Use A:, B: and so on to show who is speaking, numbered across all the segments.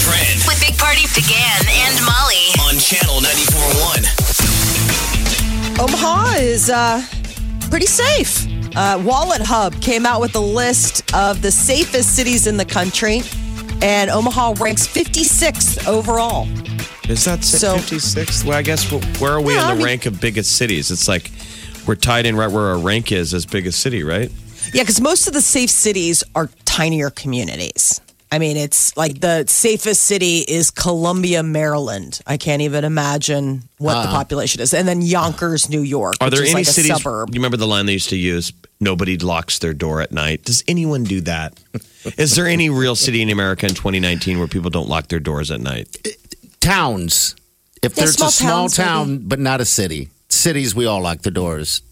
A: trend
B: with Big Party began and Molly.
A: on channel 94.1.
C: Omaha is uh, pretty safe. Uh, Wallet Hub came out with a list of the safest cities in the country, and Omaha ranks 56th overall.
D: Is that
C: So-
D: 56th? Well, I guess wh- where are we
C: Yeah,
D: in the
C: I mean-
D: rank of biggest cities? It's like we're tied in right where our rank is as biggest city, right?
C: Yeah, because most of the safe cities are tinier communities. I mean, it's like the safest city is Columbia, Maryland. I can't even imagine what the population is. And then Yonkers, New York.
D: Ah. Are
C: which
D: there
C: is
D: any
C: like a
D: cities?
C: suburb.
D: You remember the line they used to use? Nobody locks their door at night. Does anyone do that? Is there any real city in America in 2019 where people don't lock their doors at night?
E: towns. If
C: Yeah,
E: there's
C: small
E: a small
C: towns,
E: town, but not a city, cities we all lock the doors.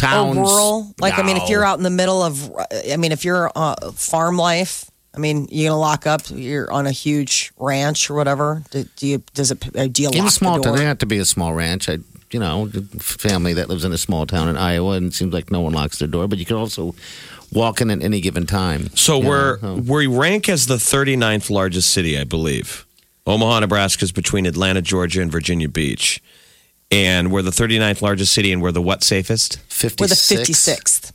C: or
E: Towns,
C: rural. Like, I mean, if
E: no.
C: you're out in the middle of, I mean, if you're uh, farm life, I mean, you're gonna lock up. You're on a huge ranch or whatever. Do, do you? Does it? uh, Do you
E: even
C: lock
E: small
C: the
E: town,
C: door?
E: they have to be a small ranch. I, you know, family that lives in a small town in Iowa, and it seems like no one locks their door. But you can also walk in at any given time.
D: So
E: You
D: we're
E: know,
D: we rank as the 39th largest city, I believe. Omaha, Nebraska is between Atlanta, Georgia, and Virginia Beach, and we're the 39th largest city, and we're the what safest?
E: 56.
C: We're the fifty sixth.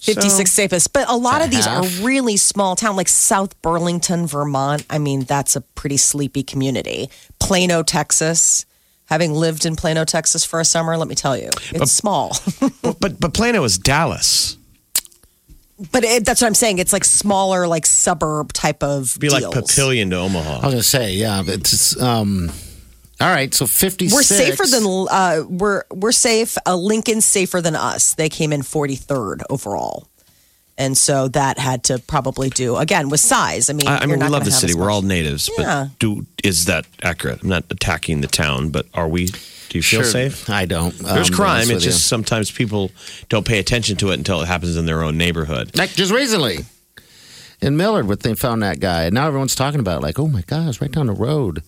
C: 56 safest, but a lot of these are
E: half.
C: really small town, like South Burlington, Vermont. I mean, that's a pretty sleepy community. Plano, Texas. Having lived in Plano, Texas for a summer, let me tell you, it's small.
D: but, but but Plano is Dallas.
C: but it, that's what I'm saying. It's like smaller, like suburb type of
D: Be like
C: deals.
D: Papillion to
E: I
D: Omaha.
E: was gonna say, yeah, but it's um. All right, so 56.
C: We're safer than uh, we're we're safe. Uh, Lincoln's safer than us. They came in 43rd overall, and so that had to probably do again with size. I mean,
D: I, I
C: you're
D: mean, we
C: not
D: love
C: gonna
D: the
C: have
D: city.
C: as
D: We're all
C: much.
D: natives,
C: Yeah.
D: but do is that accurate? I'm not attacking the town, but are we? Do you feel
E: Sure.
D: safe?
E: I don't.
D: There's
E: um, to be honest
D: crime.
E: with
D: It's just
E: you.
D: sometimes people don't pay attention to it until it happens in their own neighborhood.
E: Like just recently in Millard, where they found that guy, and now everyone's talking about it, like, oh my gosh, right down the road.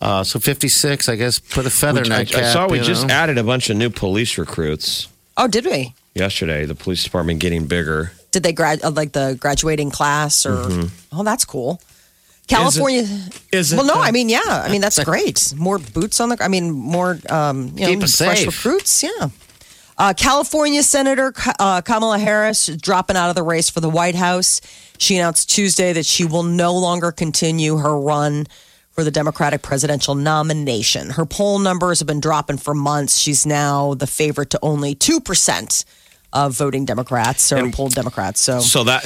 E: Uh, so 56, I guess, put a feather in
D: I,
E: that cap.
D: I saw we
E: you
D: just
E: know?
D: added a bunch of new police recruits
C: Oh, did we?
D: yesterday. The police department getting bigger.
C: Did they grad uh, like the graduating class or? Oh, that's cool. California.
D: Mm-hmm. is it uh,
C: well, no,
D: the-
C: I mean, yeah, I mean that's great. More boots on the. I mean, more um, you know,
E: Keep us
C: fresh
E: safe.
C: recruits. Yeah. Uh, California Senator Ka- uh, Kamala Harris dropping out of the race for the White House. She announced Tuesday that she will no longer continue her run for the Democratic presidential nomination. Her poll numbers have been dropping for months. She's now the favorite to only 2% of voting Democrats or polled Democrats. So,
D: So that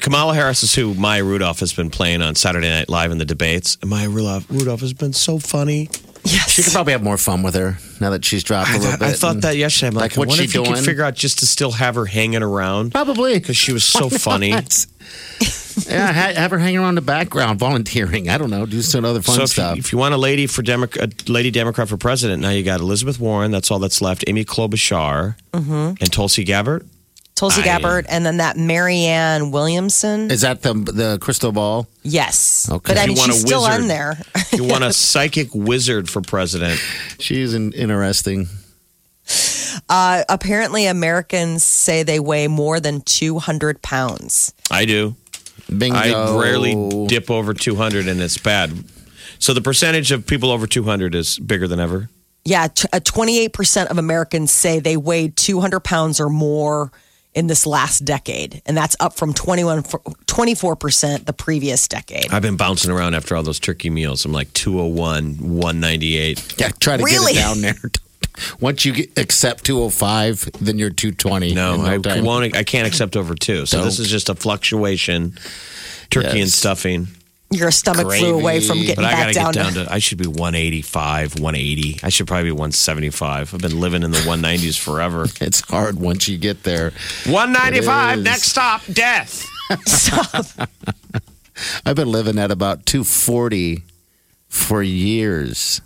D: Kamala Harris is who Maya Rudolph has been playing on Saturday Night Live in the debates. And Maya Rudolph, Rudolph has been so funny.
E: She
C: yes.
E: could probably have more fun with her now that she's dropped a
D: I,
E: little
D: thought-
E: bit.
D: I thought
E: and-
D: that yesterday. I'm like,
E: Like, what's
D: I wonder
E: she
D: if you could
E: doing?
D: figure out just to still have her hanging around
E: Probably.
D: because she was so funny.
E: Yeah, ha- have her hang around the background, volunteering. I don't know, do some other fun
D: So if
E: stuff.
D: you, if you want a lady for Democ- a lady Democrat for president, now you got Elizabeth Warren. That's all that's left. Amy Klobuchar
E: Mm-hmm.
D: and Tulsi Gabbard.
C: Tulsi
D: I-
C: Gabbard and then that Marianne Williamson.
E: Is that the the crystal ball?
C: Yes.
E: Okay.
C: But I
E: You
C: mean,
D: want
C: she's
D: a
C: still on
D: wizard.
C: there.
D: You want a psychic wizard for president?
E: She's in, interesting.
C: Uh, apparently, Americans say they weigh more than 200 pounds.
D: I do.
E: Bingo.
D: I rarely dip over 200, and it's bad. So the percentage of people over 200 is bigger than ever.
C: Yeah, t- uh, 28% of Americans say they weighed 200 pounds or more in this last decade. And that's up from 21, for- 24% the previous decade.
D: I've been bouncing around after all those turkey meals. I'm like 201, 198.
E: Yeah, try to
C: Really?
E: get it down there. Once you get, accept 205, then you're 220.
D: No,
E: in
D: I
E: time.
D: won't. I can't accept over two. So this
E: Don't.
D: is just a fluctuation. Turkey and
E: Yes.
D: stuffing,
C: Your stomach flew away from
E: Gravy.
C: getting
D: but I
C: back
D: gotta
C: down,
D: get down
C: to.
D: to. I should be 185, 180. I should probably be 175. I've been living in the 190s forever.
E: It's hard once you get there.
D: 195.
E: It is.
D: Next stop, death.
E: I've been living at about 240 for years.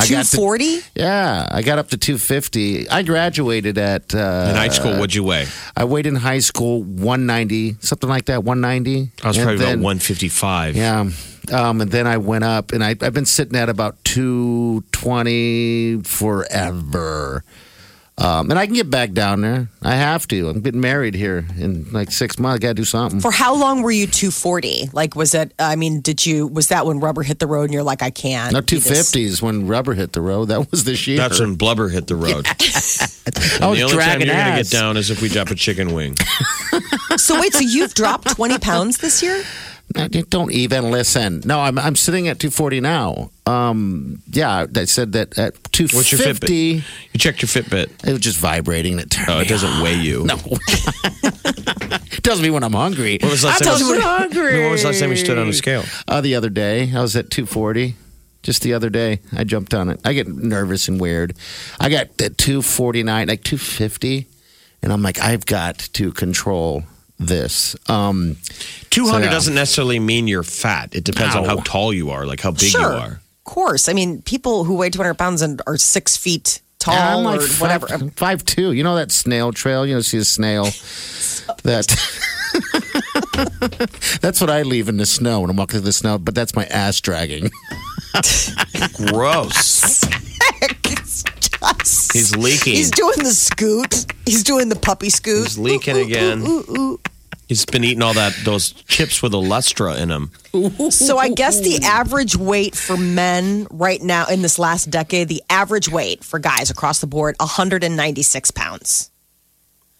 E: I got to-
C: 240?
E: yeah, I got up to 250. I graduated at uh,
D: In high school, what'd you weigh?
E: I weighed in high school 190, something like that, 190.
D: I was
E: And
D: probably
E: then-
D: about 155.
E: Yeah. Um, and then I went up, and I, I've been sitting at about 220 forever. Um, and I can get back down there. I have to. I'm getting married here in like six months. I got to do something.
C: For how long were you 240? Like, was it, I mean, did you, was that when rubber hit the road and you're like, I can't?
E: Now,
C: do this?
E: 250 is when rubber hit the road. That was this year.
D: That's when blubber hit the road.
E: I
D: And
E: was
D: the only time
E: dragging
D: you're gonna
E: ass.
D: get down is if we drop a chicken wing.
C: So, wait, so you've dropped 20 pounds this year?
E: No, d- Don't even listen. No, I'm I'm sitting at 240 now. Um, yeah, I said that at 250.
D: What's your Fitbit? You checked your Fitbit.
E: It was just vibrating. It turned
D: Oh,
E: me
D: it doesn't weigh you.
E: No. it doesn't mean when I'm hungry.
D: When was the last time
E: I tell
D: you-
E: you when-
D: I mean, when was the last time you stood on a scale?
E: Uh, the other day, I was at 240. Just the other day, I jumped on it. I get nervous and weird. I got at 249, like 250, and I'm like, I've got to control this. Um,
D: 200
E: So, yeah.
D: doesn't necessarily mean you're fat. It depends on
E: No.
D: how tall you are, like how big
C: sure.
D: you are.
C: Of course. I mean, people who weigh 200 pounds and are six feet tall
E: and I'm
C: or
E: like
C: whatever.
E: Five, five two. You know that snail trail? You know, see a snail. that. that's what I leave in the snow when I'm walking through the snow. But that's my ass dragging.
D: Gross.
C: It's just-
D: He's leaking.
C: He's
D: He's,
C: doing the scoot. He's doing the puppy scoot.
D: leaking again. He's been eating all that those chips with Lustra in them.
C: So I guess the average weight for men right now in this last decade, the average weight for guys across the board, 196 pounds.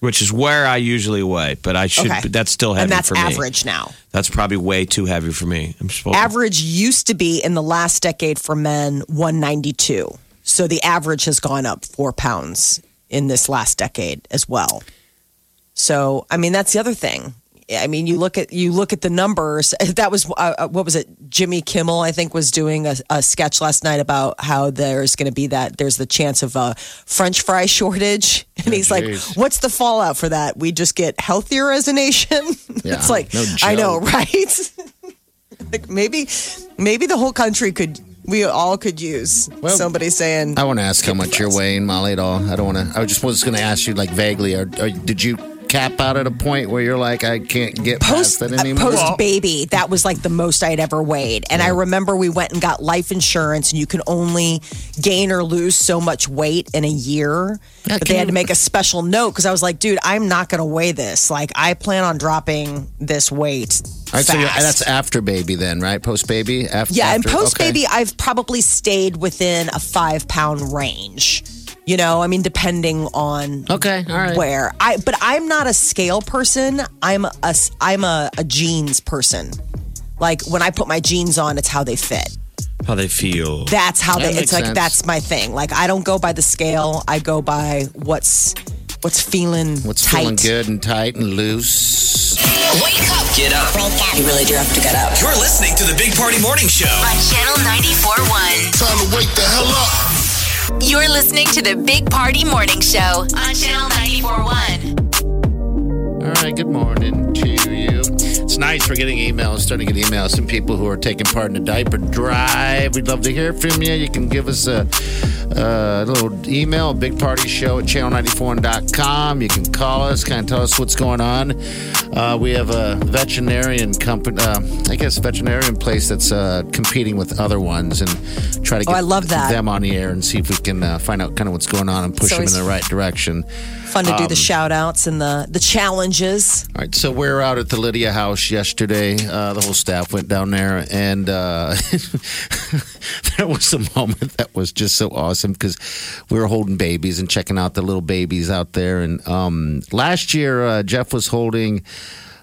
D: which is where I usually weigh. But I should.
C: Okay.
D: But that's still heavy
C: and that's
D: for me.
C: average now.
D: That's probably way too heavy for me. I'm supposed.
C: Average used to be in the last decade for men 192. So the average has gone up four pounds in this last decade as well. So I mean that's the other thing. I mean you look at you look at the numbers. That was uh, uh, what was it? Jimmy Kimmel I think was doing a, a sketch last night about how there's going to be that there's the chance of a French fry shortage, and he's
E: geez.
C: like, "What's the fallout for that? We just get healthier as a nation."
E: Yeah,
C: it's like
E: no
C: I know,
E: joke.
C: right? Like maybe, maybe the whole country could, we all could use
E: Well-
C: somebody saying,
E: I want to ask how much you're weighing, Molly, at all. I don't want to. I just was going to ask you, like, vaguely, or, or did you cap out at a point where you're like, I can't get
C: post
E: past
C: uh,
E: that anymore?
C: post baby that was like the most i'd ever weighed and i remember we went and got life insurance and you can only gain or lose so much weight in a year
E: Yeah,
C: but they
E: can
C: had to
E: you-
C: make a special note because i was like dude i'm not gonna weigh this like i plan on dropping this weight
E: All right, so you're-
C: fast.
E: that's after baby, then, right? Post baby, after.
C: Yeah, and
E: after-
C: post
E: okay.
C: baby, I've probably stayed within a five pound range. You know, I mean, depending on
E: Okay, all right.
C: where I, but I'm not a scale person. I'm a s- I'm a, a jeans person. Like when I put my jeans on, it's how they fit.
D: how they feel.
C: That's how they.
E: That
C: It's
E: makes
C: like
E: sense.
C: that's my thing. Like I don't go by the scale. I go by what's what's feeling
E: What's
C: tight.
E: feeling good and tight and loose?
B: Wake up
A: Get up.
F: You really do have to get up.
A: You're listening to the Big Party Morning Show.
B: on Channel 94.1.
G: Time to wake the hell up.
B: You're listening to the Big Party Morning Show on Channel 94.1.
E: All right, good morning to you. It's nice we're getting emails, starting to get emails from people who are taking part in a diaper drive. We'd love to hear from you. You can give us a, a little email, big party show at channel94.com. You can call us, kind of tell us what's going on. Uh, we have a veterinarian company, uh, I guess, veterinarian place that's uh, competing with other ones and try to get
C: Oh, I love that.
E: them on the air and see if we can uh, find out kind of what's going on and
C: It's
E: push them in
C: always
E: the right direction.
C: Fun to do
E: Um,
C: the shout outs and the the challenges.
E: All right, so we're out at the Lydia house yesterday. Uh, the whole staff went down there, and uh, there was a moment that was just so awesome because we were holding babies and checking out the little babies out there. And um, last year, uh, Jeff was holding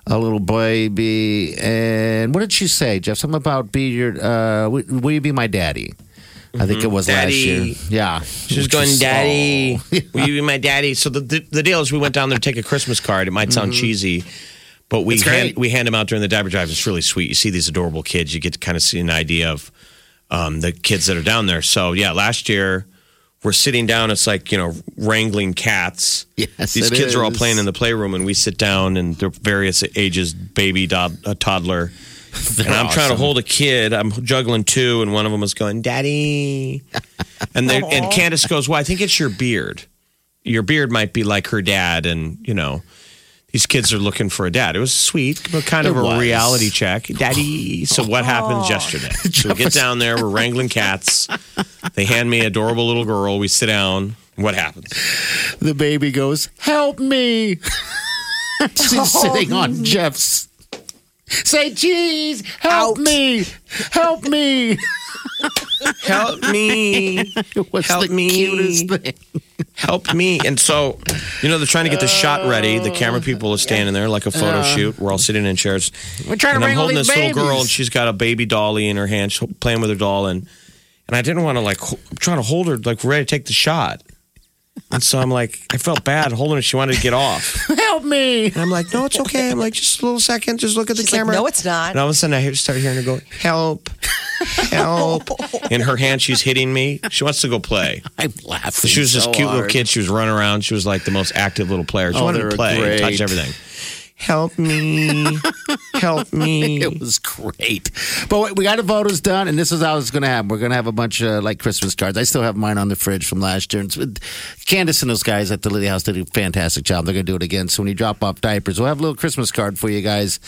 E: a little baby, and what did she say, Jeff? Something about be your, uh, will, will you be my daddy? I think it was last year.
D: Mm-hmm. Daddy.
E: Yeah,
D: She was
E: Which
D: going,
E: is-
D: Daddy,
E: Oh.
D: will you be my daddy? So the, the the deal is, we went down there to take a Christmas card. It might sound cheesy, but we
E: It's
D: hand,
E: Mm-hmm. great.
D: we hand them out during the diaper drive. It's really sweet. You see these adorable kids. You get to kind of see an idea of um, the kids that are down there. So yeah, last year we're sitting down. It's like you know wrangling cats.
E: Yes,
D: these
E: it
D: kids are all
E: is.
D: playing in the playroom, and we sit down, and they're various ages: baby, dod- a uh, toddler. and I'm trying to hold a kid. I'm juggling two, and one of them is going, "Daddy," and they, and Candace goes, "Well, I think it's your beard. Your beard might be like her dad." And you know, these kids are looking for a dad. It was sweet, but kind of
E: It
D: a
E: was.
D: reality check, daddy. So what happened yesterday? So we get down there. We're wrangling cats. They hand me adorable little girl. We sit down. What happens?
E: The baby goes, "Help me!" She's sitting on Jeff's. Say, "Geez, help me, help me!"
D: Help me.
E: It was
D: Help
E: the
D: me.
E: cutest thing.
D: help me. And so, you know, they're trying to get the shot ready. The camera
C: Oh.
D: people are standing there like a photo
C: Uh.
D: shoot. We're all sitting in chairs.
E: We're trying
D: and
E: to
D: I'm
E: wrangle
D: holding
E: these
D: this little girl,
E: babies.
D: and she's got a baby dolly in her hand. She's playing with her doll, and and I didn't want to like. ho- I'm trying to hold her, like ready to take the shot. And so I'm like, I felt bad holding her. She wanted to get off,
E: Help me!
D: and I'm like, no, it's okay. I'm like, just a little second, just look at the
C: She's like,
D: camera.
C: "No, it's not."
D: And all of a sudden, I hear- start hearing her go, help, help. in her hand, she's hitting me. She wants to go play.
E: I'm laughing.
D: She was this
E: so
D: cute little
E: hard.
D: kid. She was running around. She was like the most active little player. She
E: Oh, they
D: wanted
E: were
D: to play, and touch
E: great.
D: everything. Help me. Help me.
E: It was great. But wait, we got the photos done, and this is how it's going to happen. We're going to have a bunch of like Christmas cards. I still have mine on the fridge from last year. And it's with- Candace and those guys at the Lily House did a fantastic job. They're going to do it again. So when you drop off diapers, we'll have a little Christmas card for you guys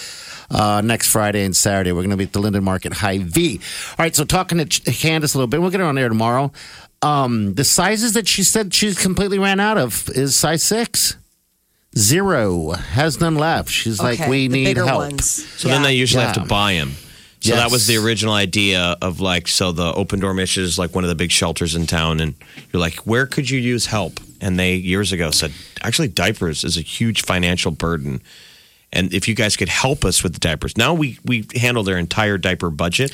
E: uh, next Friday and Saturday. We're going to be at the Linden Market High V. All right, so talking to Ch- Candace a little bit, we'll get her on air tomorrow. Um, the sizes that she said she completely ran out of is size six. Zero has none left. She's like,
C: Okay,
E: we
C: the
E: need
C: bigger
E: help.
C: ones.
D: So then they usually have to
E: Yeah.
D: buy him. So that was the
E: Yes.
D: original idea of like, so the open door mission is like one of the big shelters in town. And you're like, where could you use help? And they years ago said, actually, diapers is a huge financial burden. And if you guys could help us with the diapers, now we, we handle their entire diaper budget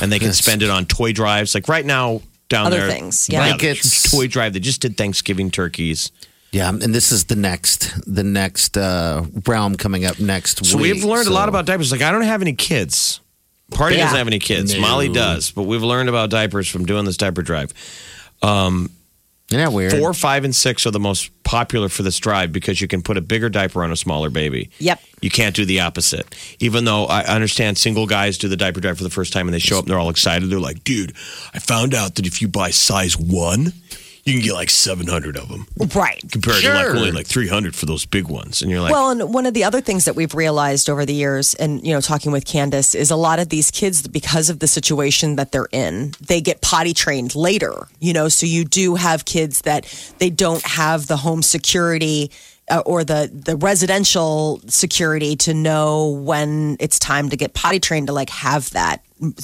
D: and they can spend it on toy drives. Like right now, down
C: Other
D: there,
C: things, yeah.
E: Blankets.
D: toy drive. They just did Thanksgiving turkeys.
E: Yeah, and this is the next the next uh, realm coming up next
D: So
E: week.
D: we've learned a lot
E: so-
D: about diapers. Like I don't have any kids. Party
C: Yeah.
D: doesn't have any kids.
E: No.
D: Molly does, but we've learned about diapers from doing this diaper drive.
E: Isn't that weird?
D: Four, five, and six are the most popular for this drive because you can put a bigger diaper on a smaller baby.
C: Yep.
D: You can't do the opposite. Even though I understand single guys do the diaper drive for the first time and they show up and they're all excited. They're like, dude, I found out that if you buy size one, you can get like 700 of them
C: Right.
D: compared to like
E: Sure.
D: only like 300 for those big ones. And you're like,
C: Well, and one of the other things that we've realized over the years, and you know, talking with Candace, is a lot of these kids, because of the situation that they're in, they get potty trained later. You know, so you do have kids that they don't have the home security uh, or the the residential security to know when it's time to get potty trained to like have that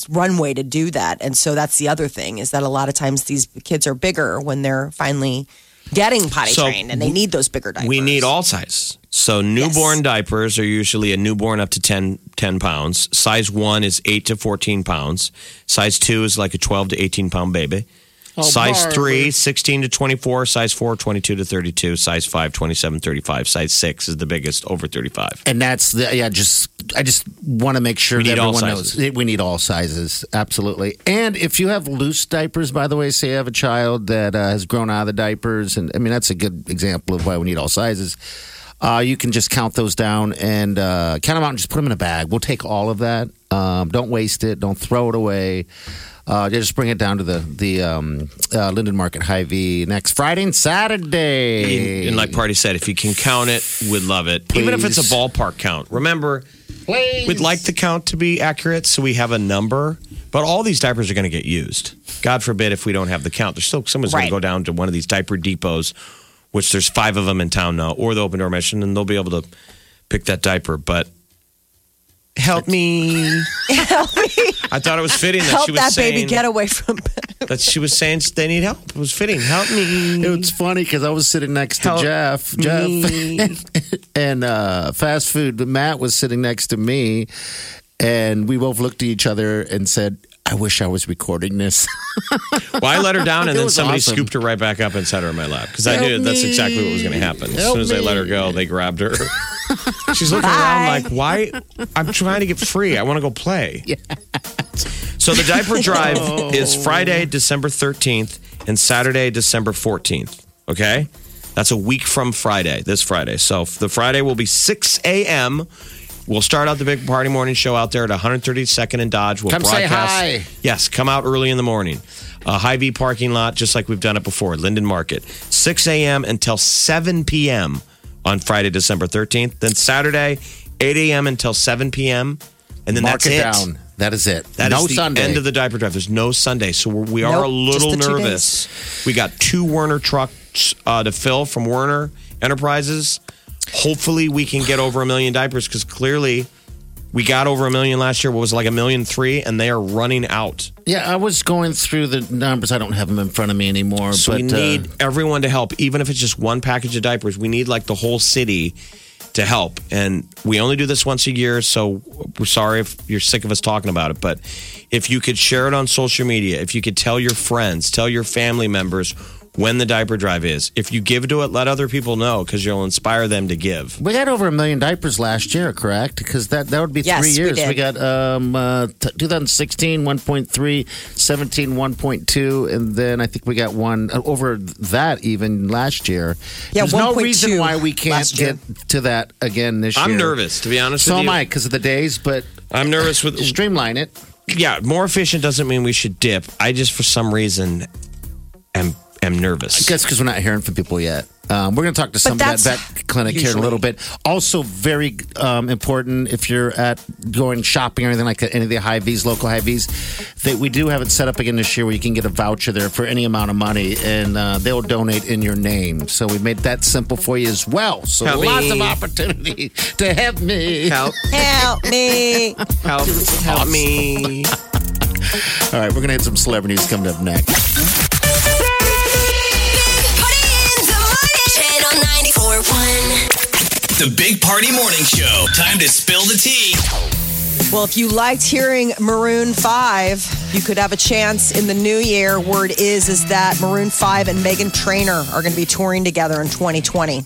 C: runway to do that. And so that's the other thing is that a lot of times these kids are bigger when they're finally getting potty
D: So
C: trained and they need those bigger diapers.
D: We need all sizes. So newborn diapers are usually a newborn up to 10, 10 pounds. Size one is 8 to 14 pounds. Size two is like a 12 to 18 pound baby. size three, 16 to 24. Size four, 22 to 32. Size five, 27, 35. Size six is the biggest, over 35.
E: and that's the yeah. Just I just want to make sure
D: We
E: that
D: need all
E: everyone
D: sizes.
E: knows we need all sizes absolutely. And if you have loose diapers, by the way, say you have a child that uh, has grown out of the diapers, and I mean that's a good example of why we need all sizes. Uh, you can just count those down and uh, count them out and just put them in a bag. We'll take all of that. Um, don't waste it. Don't throw it away. Uh, yeah, just bring it down to the the um, uh, Linden Market High V next Friday and Saturday.
D: And like Party said, if you can count it, we'd love it. Even if it's a
E: Please.
D: ballpark count. Remember, we'd like the count to be accurate so we have a number, but all these diapers are going to get used. God forbid if we don't have the count. There's still someone's
C: Right.
D: going to go down to one of these diaper depots, which there's five of them in town now, or the open door mission, and they'll be able to pick that diaper. But help me. I thought it was fitting that
C: help
D: she was
C: that
D: saying
C: baby get away from
D: that she was saying they need help. It was fitting. Help me.
E: It was funny because I was sitting next to
D: Help
E: Jeff, Jeff,
D: me.
E: and uh, fast food. Matt was sitting next to me, and we both looked at each other and said, "I wish I was recording this."
D: Well, I let her down, and
E: It
D: then
E: was
D: somebody
E: awesome.
D: scooped her right back up and set her in my lap because I
E: Help
D: knew that's
E: me.
D: exactly what was going to happen. As soon as I let her go, they grabbed her. She's looking around like, "Why? I'm trying to get free. I want to go play." So the diaper drive
E: Oh.
D: is Friday, December 13th, and Saturday, December 14th. Okay, that's a week from Friday. This Friday. So the Friday will be 6 a.m. We'll start out the big party morning show out there at 132nd and Dodge. We'll
E: Come say
D: broadcast.
E: hi.
D: Yes, come out early in the morning. Uh, High V parking lot, just like we've done it before, Linden Market, 6 a.m. until 7 p.m. on Friday, December 13th. Then Saturday, 8 a.m. until 7 p.m. And then
E: Mark
D: that's
E: it
D: it.
E: down. That is it.
D: That is
E: no
D: the
E: Sunday.
D: end of the diaper drive. There's no Sunday, so we're, we are a
C: Nope, just
D: little
C: the two
D: nervous. We got two Werner trucks uh, to fill from Werner Enterprises. Hopefully, we can get over a million diapers because clearly we got over a million last year. What was it, like a million three, and they are running out.
E: yeah, I was going through the numbers. I don't have them in front of me anymore.
D: So
E: but
D: we
E: uh,
D: need everyone to help, even if it's just one package of diapers. We need like the whole city to help. And we only do this once a year, so we're sorry if you're sick of us talking about it. But if you could share it on social media, if you could tell your friends, tell your family members when the diaper drive is, if you give to it, let other people know because you'll inspire them to give.
E: We got over a million diapers last year, correct? Because that, that would be
C: Yes,
E: three
C: we
E: years.
C: did.
E: got um, uh, t- 2016, 1.3, 17, 1.2, and then I think we got one uh, over that even last year.
C: Yeah,
E: There's no
C: 1.2
E: reason why we can't
C: last year.
E: get to that again this
D: I'm
E: year.
D: nervous, to be honest
E: So
D: with
E: am
D: you.
E: I because of the days, but
D: I'm nervous with
E: streamline it.
D: yeah, more efficient doesn't mean we should dip. I just for some reason am am nervous.
E: That's because we're not hearing from people yet. Um, we're going to talk to some vet,
C: that's
E: vet clinic here in a little bit. Also, very um, important if you're at going shopping or anything like that, any of the high V's, local high V's, that we do have it set up again this year where you can get a voucher there for any amount of money and uh, they'll donate in your name. So we made that simple for you as well. So
D: Help
E: lots
D: me.
E: of opportunity to have me.
D: Help,
C: Help me.
D: help, help me.
E: All right, we're going to hit some celebrities coming up next.
B: Big Party in the morning. Channel 94.1.
A: The Big Party Morning Show. Time to spill the tea.
C: Well, if you liked hearing Maroon 5, you could have a chance in the new year. Word is is that Maroon 5 and Megan Trainor are going to be touring together in 2020.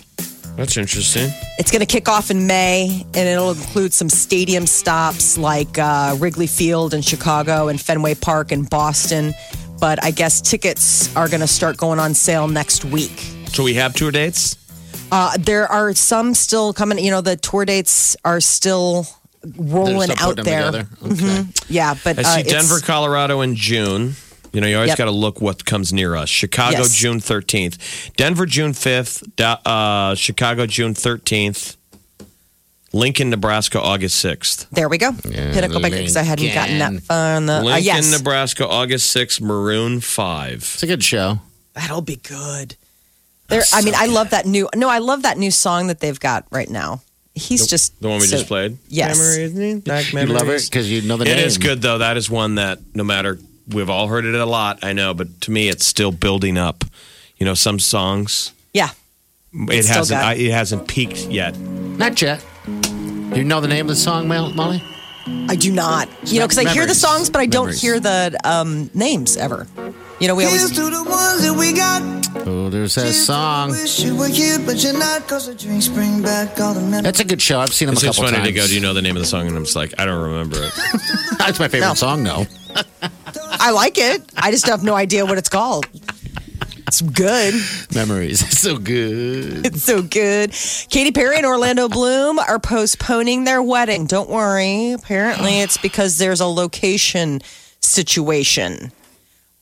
D: That's interesting.
C: It's going to kick off in May, and it'll include some stadium stops like uh, Wrigley Field in Chicago and Fenway Park in Boston. But I guess tickets are going to start going on sale next week.
D: So we have tour dates.
C: Uh, there are some still coming. You know, the tour dates are still
E: They're
C: rolling
E: still
C: out
E: putting them
C: there.
E: together. Okay.
C: Yeah, but
D: I see
C: uh, it's-
D: Denver, Colorado in June. You know, you always
C: Yep.
D: got to look what comes near us. Chicago,
C: Yes.
D: June 13th. Denver, June 5th. Da- uh, Chicago, June 13th. Lincoln, Nebraska, August 6th.
C: There we go. Pinnacle Bank because I hadn't gotten that far on the. uh,
D: Lincoln,
C: yes,
D: Nebraska, August 6th. Maroon 5.
E: It's a good show.
C: that'll be good. There, I mean, I love that new. No, I love that new song that they've got right now. He's just
D: The one we
C: so-
D: just played.
C: Yes.
D: Memories, black
E: You love it
D: memories.
E: because you know the
D: It
E: name.
D: is good, though. That is one that no matter, we've all heard it a lot, I know, but to me, it's still building up. You know, some songs,
C: Yeah,
D: it
C: It's still
D: hasn't,
C: got-
D: I, it hasn't peaked yet.
E: Not yet. You know the name of the song, Mel- Molly?
C: I do not. You know, because I hear the
E: Memories.
C: songs, but I don't
E: Memories.
C: hear the um, names ever. You know, we always.
G: to the ones that we got.
E: Oh, there's that song.
G: Wish you were here, but you're not. Cause the drinks bring back all the memories.
E: That's a good show. I've seen them
D: It's
E: a
D: just
E: couple
D: funny
E: times.
D: to go. Do you know the name of the song? And I'm just like, I don't remember it.
E: That's my favorite song, though.
C: I like it. I just have no idea what it's called. It's good.
E: Memories. It's so good.
C: It's so good. Katy Perry and Orlando Bloom are postponing their wedding. Don't worry. Apparently, it's because there's a location situation.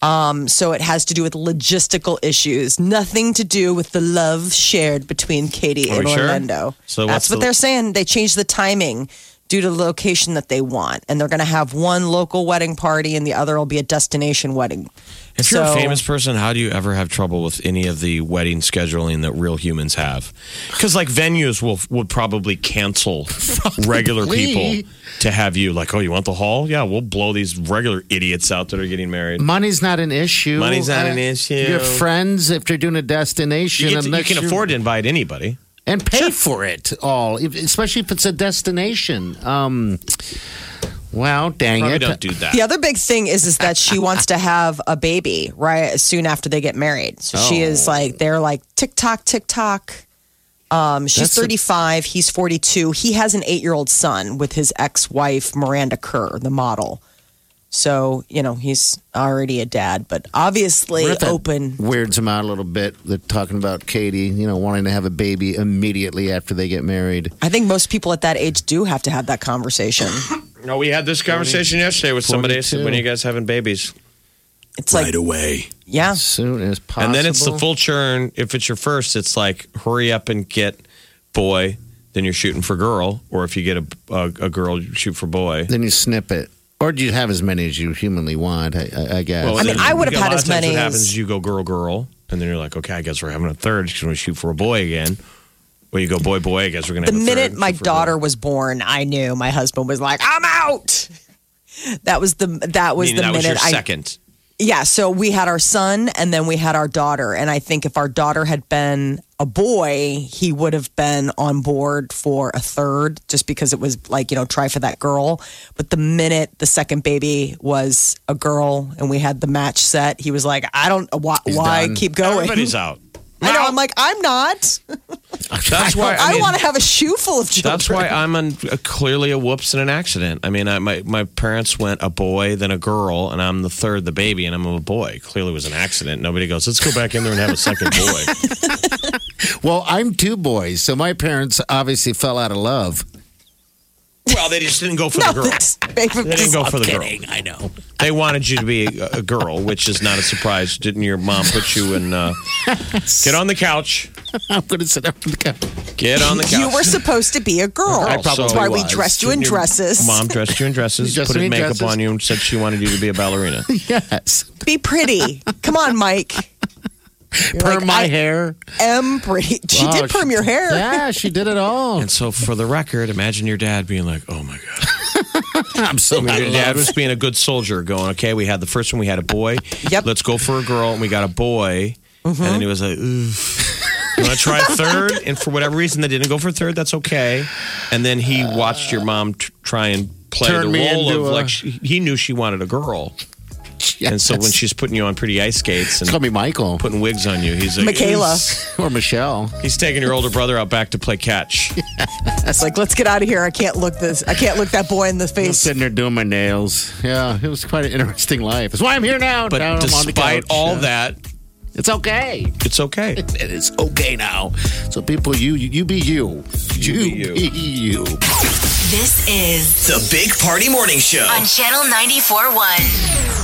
C: Um, so it has to do with logistical issues. Nothing to do with the love shared between Katy
D: Are
C: and
D: we sure?
C: Orlando.
D: So
C: that's
D: what's
C: what
D: the-
C: they're saying. They changed the timing due to the location that they want, and they're going to have one local wedding party, and the other will be a destination wedding.
D: If you're a
C: So-
D: famous person, how do you ever have trouble with any of the wedding scheduling that real humans have? Because like venues will would probably cancel regular
E: Probably.
D: people to have you. Like, oh, you want the hall? Yeah, we'll blow these regular idiots out that are getting married.
E: Money's not an issue.
D: Money's not an issue.
E: Your friends, if you're doing a destination,
D: You, get to- you
E: unless
D: can
E: you're-
D: afford to invite anybody.
E: and pay for it all, if- especially if it's a destination. Um, wow, dang
D: Probably
E: it!
D: don't do that.
C: The other big thing is is that she wants to have a baby right soon after they get married. So she
E: Oh.
C: is like they're like tick tock tick tock. Um, she's
E: That's a-
C: 35, he's 42. He has an 8-year-old son with his ex-wife Miranda Kerr, the model. So, you know, he's already a dad, but obviously
E: We're at that
C: open.
E: Weirds him out a little bit. They're talking about Katie, you know, wanting to have a baby immediately after they get married.
C: I think most people at that age do have to have that conversation.
D: No, we had this conversation yesterday with somebody. I said,
E: 42.
D: "When are you guys having babies?"
C: It's like,
A: away.
C: yeah.
E: As soon as possible.
D: And then it's the full churn. If it's your first, it's like hurry up and get boy. Then you're shooting for girl, or if you get a a, a girl, you shoot for boy.
E: Then you snip it. Or do you have as many as you humanly want, I, I, I guess.
C: I mean,
D: then
C: I would have
D: a
C: had
D: lot
C: as
D: of times
C: many
D: What
C: as-
D: happens? is You go girl, girl, and then you're like, okay, I guess we're having a third because we shoot for a boy again. Or you go boy, boy. I guess we're gonna.
C: The
D: have a
C: minute
D: third,
C: my
D: shoot for girl.
C: daughter was born, I knew my husband was like, I'm out. That was the that was
D: Meaning
C: the
D: that was
C: minute
D: your
C: I
D: second.
C: Yeah, so we had our son and then we had our daughter. And I think if our daughter had been a boy, he would have been on board for a third just because it was like, you know, try for that girl. But the minute the second baby was a girl and we had the match set, he was like, I don't, why, why
E: done.
C: keep going?
D: Everybody's out.
C: I know, I'm like, I'm not.
D: That's why
C: I,
D: I, mean,
C: want to have a shoe full of children.
D: That's why I'm an, uh clearly a whoops in an accident. I mean, I, my my parents went a boy, then a girl, and I'm the third, the baby, and I'm a boy. Clearly, it was an accident. Nobody goes, let's go back in there and have a second boy.
E: well, I'm two boys, so my parents obviously fell out of love.
D: well, they just didn't go for
C: No,
D: the girl.
C: that's- babe,
D: They didn't go for the girl.
E: I know.
D: They wanted you to be a, a girl, which is not a surprise. Didn't your mom put you in? Uh, get on the couch.
E: I'm going to sit up and go.
D: Get on the couch.
C: You were supposed to be a girl.
D: I probably
C: That's why we
E: was.
C: dressed you in
D: Your
C: dresses.
D: Mom dressed you in dresses,
E: Dressed
D: put
E: me
D: in
E: in
D: makeup
E: dresses.
D: on you, and said she wanted you to be a ballerina.
E: Yes.
C: Be pretty. Come on, Mike. You're
E: Perm
C: like,
E: my
C: I-
E: hair.
C: am pretty. She
E: Wow,
C: did perm your hair.
E: Yeah, she did it all.
D: And so, for the record, imagine your dad being like, "Oh my god."
E: I'm so
D: I mean, your dad
E: glad.
D: was being a good soldier, going, okay, we had the first one, we had a boy.
C: Yep.
D: Let's go for a girl, and we got a boy.
E: Mm-hmm.
D: And then he was like, oof. You want to try third? And for whatever reason, they didn't go for third. That's okay. And then he watched your mom t- try and play
E: Turn
D: the
E: me
D: role of
E: into a-
D: like she, he knew she wanted a girl, and so when she's putting you on pretty ice skates
E: Call
D: and
E: me Michael
D: putting wigs on you, he's like
C: Michaela.
D: He's,
E: or Michelle.
D: he's taking your older brother out back to play catch.
C: It's like, let's get out of here. I can't look this. I can't look that boy in the
E: I'm
C: face.
E: sitting there doing my nails. Yeah, it was quite an interesting life. That's why I'm here now.
D: But
E: Now I'm on the
D: despite
E: couch.
D: all
E: Yeah.
D: that,
E: it's okay.
D: it's okay.
E: It is okay now. So people, you you, you be you. You,
D: be you.
E: be you.
B: This is
A: The Big Party Morning Show.
B: on Channel 94.1.